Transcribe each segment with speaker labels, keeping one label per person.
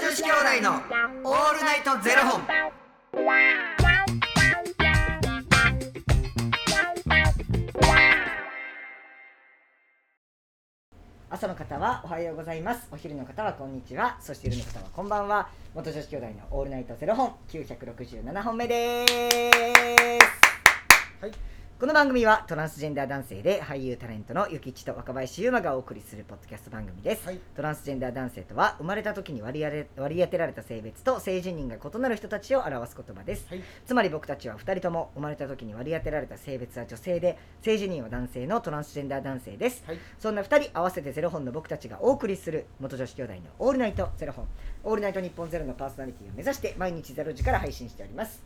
Speaker 1: 子兄弟のオールナイトゼロ本。
Speaker 2: 朝の方はおはようございますお昼の方はこんにちはそして夜の方はこんばんは元女子兄弟のオールナイトゼロ本967本目です、
Speaker 3: はい
Speaker 2: この番組はトランスジェンダー男性で俳優タレントのゆきちと若林優馬がお送りするポッドキャスト番組です、
Speaker 3: はい
Speaker 2: トランスジェンダー男性とは生まれた時に割り当て割り当てられた性別と性自認が異なる人たちを表す言葉です
Speaker 3: はい
Speaker 2: つまり僕たちは2人とも生まれた時に割り当てられた性別は女性で性自認は男性のトランスジェンダー男性です、
Speaker 3: はい
Speaker 2: そんな2人合わせてゼロ本の僕たちがお送りする元女子兄弟の「オールナイトゼロ本」「オールナイト日本ゼロのパーソナリティを目指して毎日ゼロ時から配信しております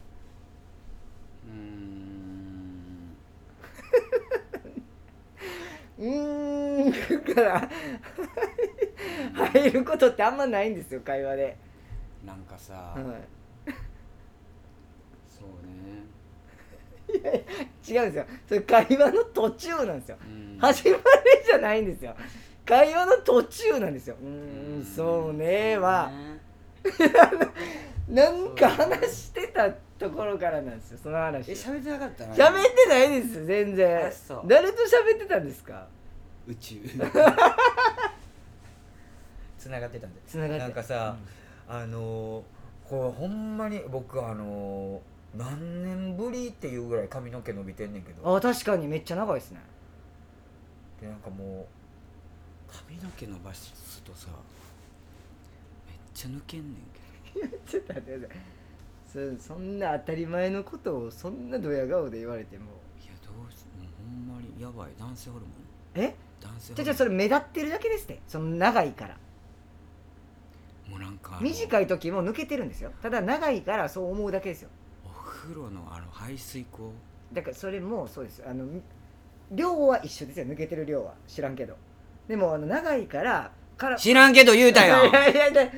Speaker 3: うーん
Speaker 2: うーんから入ることってあんまないんですよ会話で、
Speaker 3: なんかさ、
Speaker 2: うん
Speaker 3: そうね
Speaker 2: 違うんですよそれ会話の途中なんですよ
Speaker 3: うん
Speaker 2: 始まりじゃないんですよ会話の途中なんですようーんそうねは、なんか話してたところからなんですよその
Speaker 3: え
Speaker 2: 話
Speaker 3: 喋ってなかったな
Speaker 2: 喋ってないですよ全然
Speaker 3: あそう
Speaker 2: 誰と喋ってたんですか
Speaker 3: 宇宙
Speaker 4: つながってたんで
Speaker 2: 繋がって
Speaker 4: なんかさ、あのーこれほんまに僕あのー何年ぶりっていうぐらい髪の毛伸びてんねんけど
Speaker 2: あ確かにめっちゃ長いですね
Speaker 4: でなんかも
Speaker 3: 髪の毛伸ばすとさめっちゃ抜けんねんけ
Speaker 2: ちょっと待ってくださいそそんな当たり前のことをそんなドヤ顔で言われても
Speaker 3: どいやどうしもうほんまにやばい男性ホルモン
Speaker 2: え
Speaker 3: 男性ホ
Speaker 2: じゃ
Speaker 3: ル
Speaker 2: じゃ
Speaker 3: モ
Speaker 2: それ目立ってるだけですってその長いから
Speaker 3: ンもうなんかあの
Speaker 2: 短い時も抜けてるんですよただ長いからそう思うだけですよ
Speaker 3: お風呂のあの排水口
Speaker 2: だからそれもそうですあの量は一緒ですよ抜けてる量は知らんけどでもあの長いからから
Speaker 3: 知らんけど言うた よ
Speaker 2: いやいやいや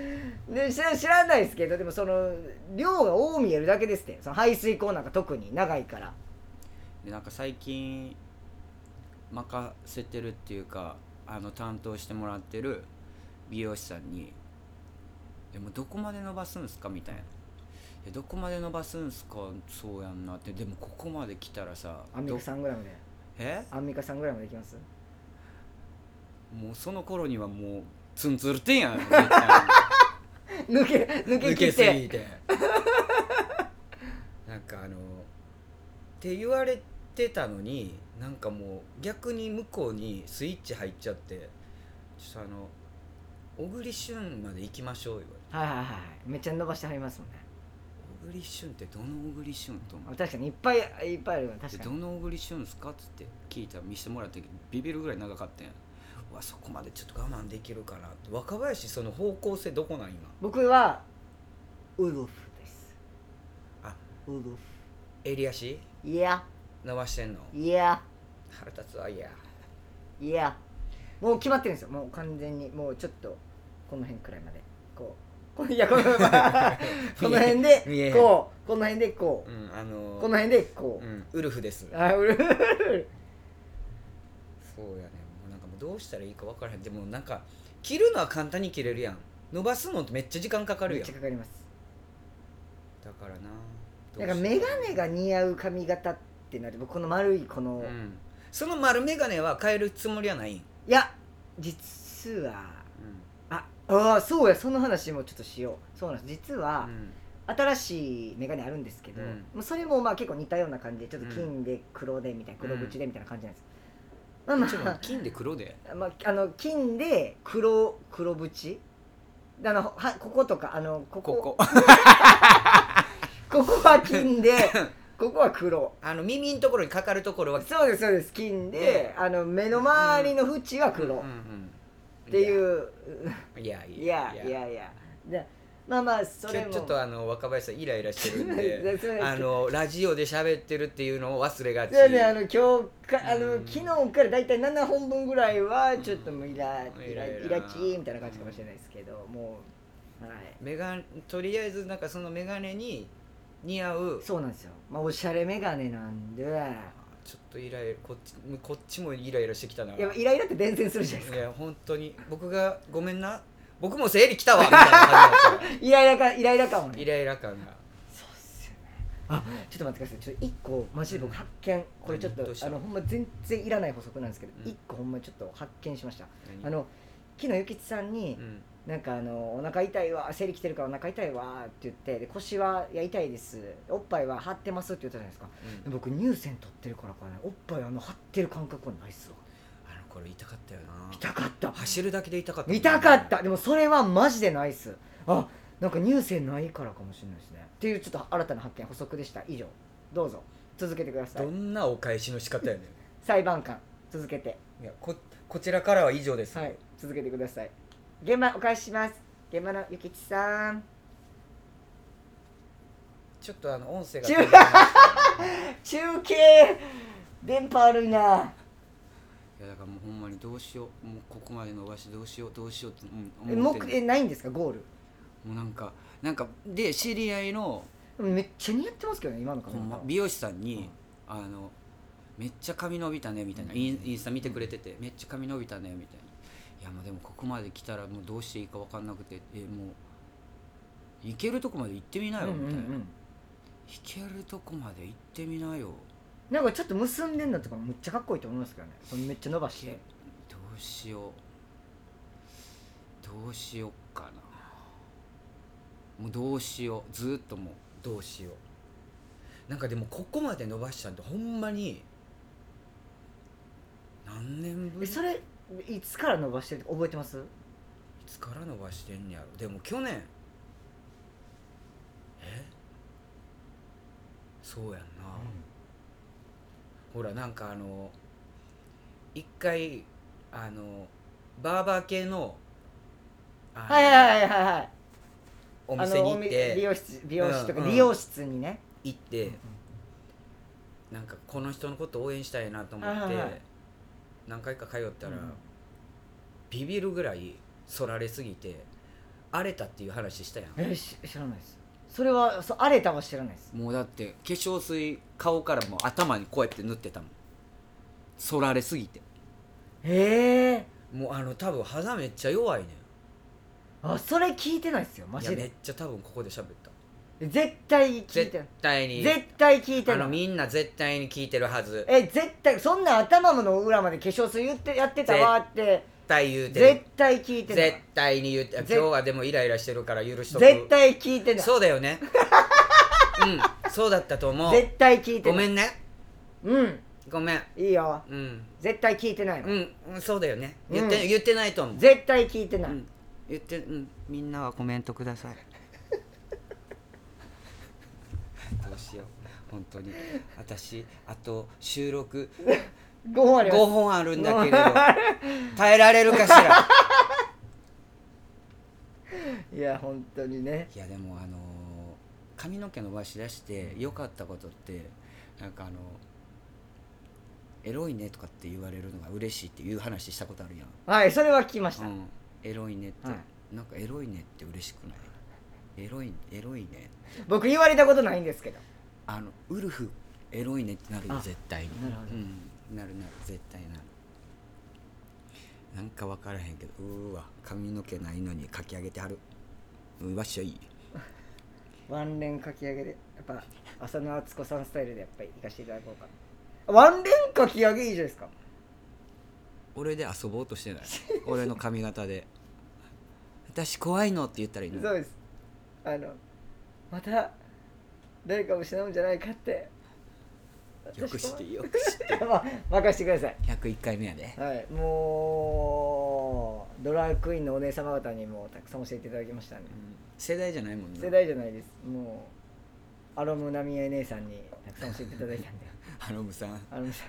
Speaker 2: で知ら知らないですけどでもその量が多見えるだけですってその排水口なんか特に長いから
Speaker 3: でなんか最近任せてるっていうかあの担当してもらってる美容師さんに「でもどこまで伸ばすんすか?」みたいな「いやどこまで伸ばすんすかそうやんな」ってでもここまで来たらさ
Speaker 2: アンミカ
Speaker 3: ど
Speaker 2: 3グラムで
Speaker 3: え
Speaker 2: アンミカ3グラムでいきます
Speaker 3: もうその頃にはもうツンツルてんやん絶対
Speaker 2: 抜け抜け
Speaker 4: う抜
Speaker 2: 切
Speaker 4: け
Speaker 2: っ
Speaker 4: す
Speaker 2: て
Speaker 4: ぎ てなんかあのーって言われてたのになんかもう逆に向こうにスイッチ入っちゃってちょっとあの小栗旬まで行きましょうよ
Speaker 2: はいはいはいはいめっちゃ伸ばしてはりますもんね
Speaker 3: 小栗旬ってどの小栗旬と思って
Speaker 2: 確かにいっぱいいっぱいあるよ確
Speaker 3: で
Speaker 2: か
Speaker 3: ど
Speaker 2: に
Speaker 3: の小栗旬ですか?」っつって聞いた見せてもらったけどビビるぐらい長かったんやうわそこまでちょっと我慢できるかなって若林その方向性どこなん今
Speaker 2: 僕はウルフです
Speaker 4: あ
Speaker 2: ウルフ
Speaker 4: 襟足
Speaker 2: いや
Speaker 4: 伸ばしてんの
Speaker 2: いや
Speaker 4: 腹立つわ いや
Speaker 2: いやもう決まってるんですよもう完全にもうちょっとこの辺くらいまでこうこのいやこの この辺
Speaker 4: 見えへ
Speaker 2: で
Speaker 4: ん
Speaker 2: こうこの辺でこ
Speaker 4: うんあ
Speaker 2: う
Speaker 4: のー
Speaker 2: この辺でこ
Speaker 4: う
Speaker 2: うん
Speaker 4: ウルフです
Speaker 2: あうる
Speaker 4: そうやねもうなんかもうどうしたらいいか分からへんでもなんか切るのは簡単に切れるやん伸ばすのってめっちゃ時間かかる
Speaker 2: めっ
Speaker 4: やん
Speaker 2: ちゃかかります
Speaker 4: だからなどうし
Speaker 2: だから眼鏡が似合う髪型ってなると僕この丸いこの、
Speaker 4: うんその丸眼鏡は変えるつもりはないん、
Speaker 2: いや実はああーそうやその話もちょっとしようそうなんです実は、新しい眼鏡あるんですけど、
Speaker 4: うん
Speaker 2: もうそれもまあ結構似たような感じでちょっと金で黒でみたいな、黒縁でみたいな感じなんです、まあ
Speaker 3: ちょっ
Speaker 2: ま
Speaker 3: と金で黒で
Speaker 2: あ,、まあ、あの金で黒黒縁あのはこことかあの ここ
Speaker 3: ここ
Speaker 2: ここは金 でここは黒
Speaker 4: あの耳のところにかかるところは
Speaker 2: そうですそうです金で
Speaker 4: で
Speaker 2: あの目の周りの縁は黒、
Speaker 3: うん
Speaker 2: っ
Speaker 3: うん
Speaker 2: ていう、
Speaker 4: いやい
Speaker 2: いやい
Speaker 4: いや
Speaker 2: やいやでまあまあそ
Speaker 4: 今
Speaker 2: れ
Speaker 4: 日
Speaker 2: も
Speaker 4: ちょっとあの若林さんイライラしてるん
Speaker 2: 全
Speaker 4: で
Speaker 2: 然
Speaker 4: あのラジオで喋ってるっていうのを忘れがち
Speaker 2: そうね、あの今日かあ
Speaker 4: う
Speaker 2: の、
Speaker 4: ん
Speaker 2: 昨日からだいたい7本分ぐらいはちょっともうイラ、
Speaker 4: うん
Speaker 2: イラ
Speaker 4: イライラ
Speaker 2: イラチーみたいな感じかもしれないですけど、もうはい
Speaker 4: メガとりあえずなんかその眼鏡に似合う
Speaker 2: そうなんですよまあおしゃれメガネなんでや
Speaker 4: ちょっとイライラこっちこっちもイライラしてきたな
Speaker 2: っぱイライラって伝染するじゃないです
Speaker 4: いや本当に僕がごめんな僕も生理来たわみたいな感じだっ
Speaker 2: イライラかイライラ感を
Speaker 4: た
Speaker 2: ね
Speaker 4: イライラ感が
Speaker 2: そうっすよねあちょっと待ってくださいちょっと1個マジで僕発見これちょっと
Speaker 4: どうした
Speaker 2: あのほんま全然いらない補足なんですけど、
Speaker 4: うん
Speaker 2: 1個ほんまちょっと発見しました
Speaker 4: 何
Speaker 2: あの昨日ゆきつさんに、
Speaker 4: うん
Speaker 2: なんかあのお腹痛いわ生理来てるからお腹痛いわって言ってで腰はいや痛いですおっぱいは張ってますって言ったじゃないですか
Speaker 4: うん
Speaker 2: 僕乳腺取ってるからかねおっぱいあの張ってる感覚はないっすわ
Speaker 4: あのこれ痛かったよな
Speaker 2: 痛かった
Speaker 4: 走るだけで痛かった
Speaker 2: 痛かったでもそれはマジでないっすあなんか乳腺ないからかもしれないですねっていうちょっと新たな発見補足でした以上どうぞ続けてくださ
Speaker 4: ど
Speaker 2: い
Speaker 4: んなお返しの仕方やね
Speaker 2: 裁判官続けて
Speaker 4: んいやここちらからは以上です、
Speaker 2: はい続けてください現場お返しします現場のゆきちさん
Speaker 4: ちょっとあの音声が
Speaker 2: 中中継電波悪いない
Speaker 3: やだからもうほんまにどうしようもうここまで伸ばしてどうしようどうしようってうん
Speaker 2: え
Speaker 3: 思っ
Speaker 2: 目
Speaker 3: て
Speaker 2: えないんですかゴール
Speaker 3: もうなんかなんかで知り合いの
Speaker 2: でもめっちゃ似合ってますけどね今の髪
Speaker 3: ほんま
Speaker 2: 型
Speaker 3: 美容師さんに、あのめっちゃ髪伸びたねみたいな、インインスタ見てくれてて、めっちゃ髪伸びたねみたいないやまあでもここまで来たらもうどうしていいか分かんなくてえもう行けるとこまで行ってみなよ
Speaker 2: う
Speaker 3: み
Speaker 2: んうんう
Speaker 3: たいな、行
Speaker 2: ん
Speaker 3: けるとこまで行ってみなよ
Speaker 2: なんかちょっと結んでんのとかむっちゃかっこいいと思いますけどねそのめっちゃ伸ばして
Speaker 3: どうしようどうしよっかなもうどうしようずーっともう
Speaker 4: どうしようなんかでもここまで伸ばしたんってほんまに
Speaker 3: 何年ぶ
Speaker 2: え
Speaker 3: り
Speaker 2: それいつから伸ばしてるって覚えてます
Speaker 4: いつから伸ばしてんねやろでも去年えそうやんな、ほらなんかあの一回あのバーバー系のあの
Speaker 2: はいはいはいはいはい
Speaker 4: お店に行っ
Speaker 2: あのおみ美
Speaker 4: て
Speaker 2: 容室美容室とか、
Speaker 4: うんうん
Speaker 2: 美容室にね
Speaker 4: 行ってなんかこの人のこと応援したいなと思
Speaker 2: はい
Speaker 4: っ
Speaker 2: はい
Speaker 4: て
Speaker 2: はい
Speaker 4: 何回か通ったら
Speaker 2: うん
Speaker 4: ビビるぐらい反られすぎて荒れたっていう話したやん
Speaker 2: えし知らないですそれはそう荒れたは知らないです
Speaker 3: もうだって化粧水顔からもう頭にこうやって塗ってたもんそられすぎて
Speaker 2: へえ
Speaker 4: もうあの多分肌めっちゃ弱いねん
Speaker 2: あそれ聞いてないですよマ
Speaker 4: いや
Speaker 2: ジ
Speaker 4: め
Speaker 2: で
Speaker 4: っちゃ多分ここで喋った
Speaker 2: 絶対聞いて
Speaker 4: 絶
Speaker 2: ない
Speaker 4: 対に
Speaker 2: 絶対聞いて
Speaker 4: あの
Speaker 2: ない
Speaker 4: みんな絶対に聞いてるはず絶
Speaker 2: え絶対そんな頭の裏まで化粧水言ってやってたわーって
Speaker 4: 対言うて
Speaker 2: 絶
Speaker 4: る
Speaker 2: 対聞いてな
Speaker 4: 絶
Speaker 2: い
Speaker 4: 対に言うて今
Speaker 2: 絶
Speaker 4: 日はでもイライラしてるから許しとく
Speaker 2: 絶対聞いてない
Speaker 4: そうだよ ねうんそうだったと思う
Speaker 2: 絶対聞いて
Speaker 4: ご
Speaker 2: な
Speaker 4: め
Speaker 2: い
Speaker 4: んね
Speaker 2: うん
Speaker 4: ごめん
Speaker 2: いいよ
Speaker 4: うん
Speaker 2: 絶対聞いてないわ
Speaker 4: うんうんそうだよね言って,、
Speaker 2: うん
Speaker 4: 言ってないと思う
Speaker 2: 絶対聞いてない、
Speaker 3: うん言ってうんみんなはコメントく ださいどうしよう本当に私あと収録
Speaker 2: ご本あり
Speaker 3: 5
Speaker 2: ます
Speaker 3: 本あるんだけれど耐えられるかしら
Speaker 2: いや本当にね
Speaker 3: いやでもあのー髪の毛伸ばし出して良かったことってなんかあのエロいねとかって言われるのが嬉しいっていう話したことあるやん
Speaker 2: はいそれは聞きました、
Speaker 3: うん、エロいねって、
Speaker 2: は
Speaker 3: なんかエロいねって嬉しくないエロいエロいね
Speaker 2: 僕言われたことないんですけど
Speaker 3: あのウルフエロいねってなるよ
Speaker 2: あ
Speaker 3: 絶対に
Speaker 2: なるほど
Speaker 3: うん、なるなる絶対なるなんか分からへんけどうーわ髪の毛ないのにかき上げてはるうわっしょい
Speaker 2: ワンレンかき上げでやっぱ浅野敦子さんスタイルでやっぱり行かせていただこうかなワンレンかき上げいいじゃないですか
Speaker 3: 俺で遊ぼうとしてない 俺の髪型で私怖いのって言ったらいいの
Speaker 2: そうですあのまた誰かを失うんじゃないかって
Speaker 3: よくしてよくして
Speaker 2: 私はまあ 任せてください
Speaker 3: 101回目やで
Speaker 2: はいもうドラァグクイーンのお姉様方にもたくさん教えていただきましたね
Speaker 3: 世代じゃないもんね
Speaker 2: 世代じゃないですもうアロムナミエ姉さんにたくさん教えていただいたんで
Speaker 3: ハロムさん
Speaker 2: あのさ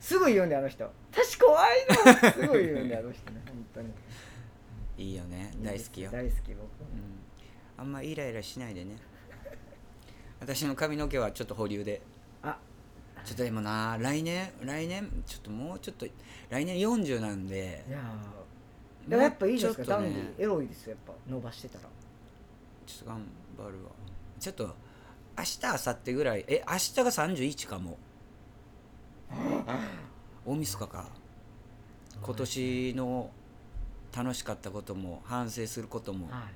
Speaker 2: すぐ言うんであの人私怖いのすぐ言うんであの人ね本当に
Speaker 3: いいよね 大好きよ
Speaker 2: 大好き僕
Speaker 3: うん、あんまイライラしないでね私の髪の毛はちょっと保留で
Speaker 2: あ
Speaker 3: ちょっとでもな来年来年ちょっともうちょっと来年40なんで
Speaker 2: いやー
Speaker 3: う
Speaker 2: でもやっぱいいじゃないですか、
Speaker 3: ちょっとね
Speaker 2: ダンディエロいですよやっぱ伸ばしてたら
Speaker 3: ちょっと頑張るわちょっと明日明後日ぐらいえ明日が31か も大晦日か今年の楽しかったことも反省することも、
Speaker 2: は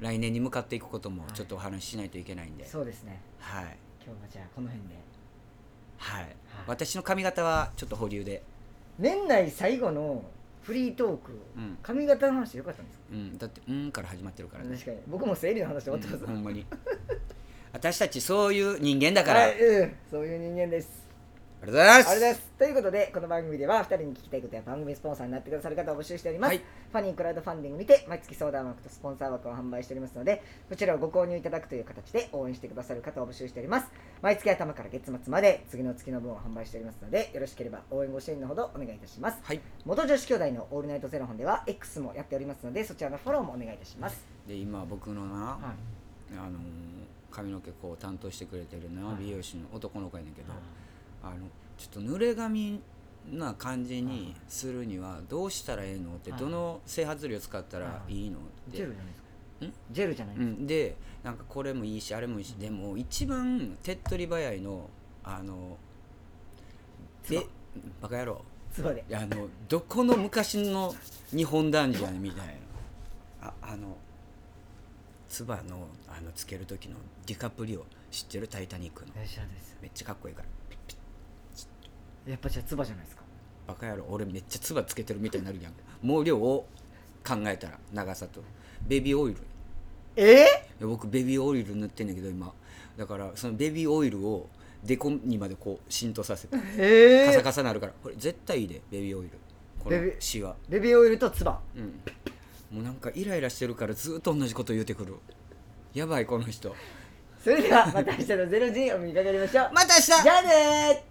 Speaker 3: 来年に向かっていくことも
Speaker 2: はい
Speaker 3: ちょっとお話ししないといけないん
Speaker 2: い
Speaker 3: で、
Speaker 2: そうですね
Speaker 3: はい
Speaker 2: 今日はじゃあこの辺で
Speaker 3: はい、私の髪型はちょっと保留で、
Speaker 2: 年内最後のフリートーク
Speaker 3: うん
Speaker 2: 髪型の話よかったんですか
Speaker 3: うん、だって「うん」から始まってるからね
Speaker 2: 確かに僕も生理の話終わってます
Speaker 3: うんほんまに私たちそういう人間だから、
Speaker 2: は
Speaker 3: あ
Speaker 2: い
Speaker 3: り
Speaker 2: うん、そういう人間です
Speaker 3: がとうございま
Speaker 2: あ
Speaker 3: す
Speaker 2: れです。ということで、この番組では2人に聞きたいことや番組スポンサーになってくださる方を募集しております。
Speaker 3: はい
Speaker 2: ファニークラウドファンディングにて毎月相談枠とスポンサー枠を販売しておりますので、こちらをご購入いただくという形で応援してくださる方を募集しております。毎月頭から月末まで次の月の分を販売しておりますので、よろしければ応援ご支援のほどお願いいたします。
Speaker 3: はい、
Speaker 2: 元女子兄弟のオールナイトゼロ本では X もやっておりますので、そちらのフォローもお願いいたします。
Speaker 3: で今僕のな、
Speaker 2: はい
Speaker 3: あのー髪の毛こう担当してくれてるな、
Speaker 2: はい
Speaker 3: 美容師の男の子やねんけど、あのちょっと濡れ髪な感じにするにはどうしたらええのって、
Speaker 2: はい
Speaker 3: どの整髪料使ったらいいのって、
Speaker 2: じゃないですか。ジェルじゃない
Speaker 3: うん、でなんかこれもいいしあれもいいし、でも一番手っ取り早いのあのでバカ野郎
Speaker 2: すか。つばで。
Speaker 3: いやあのどこの昔の日本男児やねんみたいなああのつばのあのつける時のディカプリオ知ってる「タイタニック」の
Speaker 2: 知らないです。
Speaker 3: めっちゃかっこいいから
Speaker 2: やっぱじゃあつばじゃないですか。
Speaker 3: バカ野郎俺めっちゃつばつけてるみたいになるやん毛量を考えたら長さとベビーオイル
Speaker 2: え
Speaker 3: で僕ベビーオイル塗ってんだけど今だからそのベビーオイルをデコにまでこう浸透させて
Speaker 2: ー、
Speaker 3: カ
Speaker 2: え
Speaker 3: サカサなるからこれ絶対いいでベビーオイルこの
Speaker 2: ベビ
Speaker 3: シワ
Speaker 2: ベビーオイルとツバ
Speaker 3: うんもうなんかイライラしてるからずっと同じこと言うてくるやばいこの人
Speaker 2: それではまた明日の『ゼロ時を見かけましょう
Speaker 3: また明日
Speaker 2: じゃあねー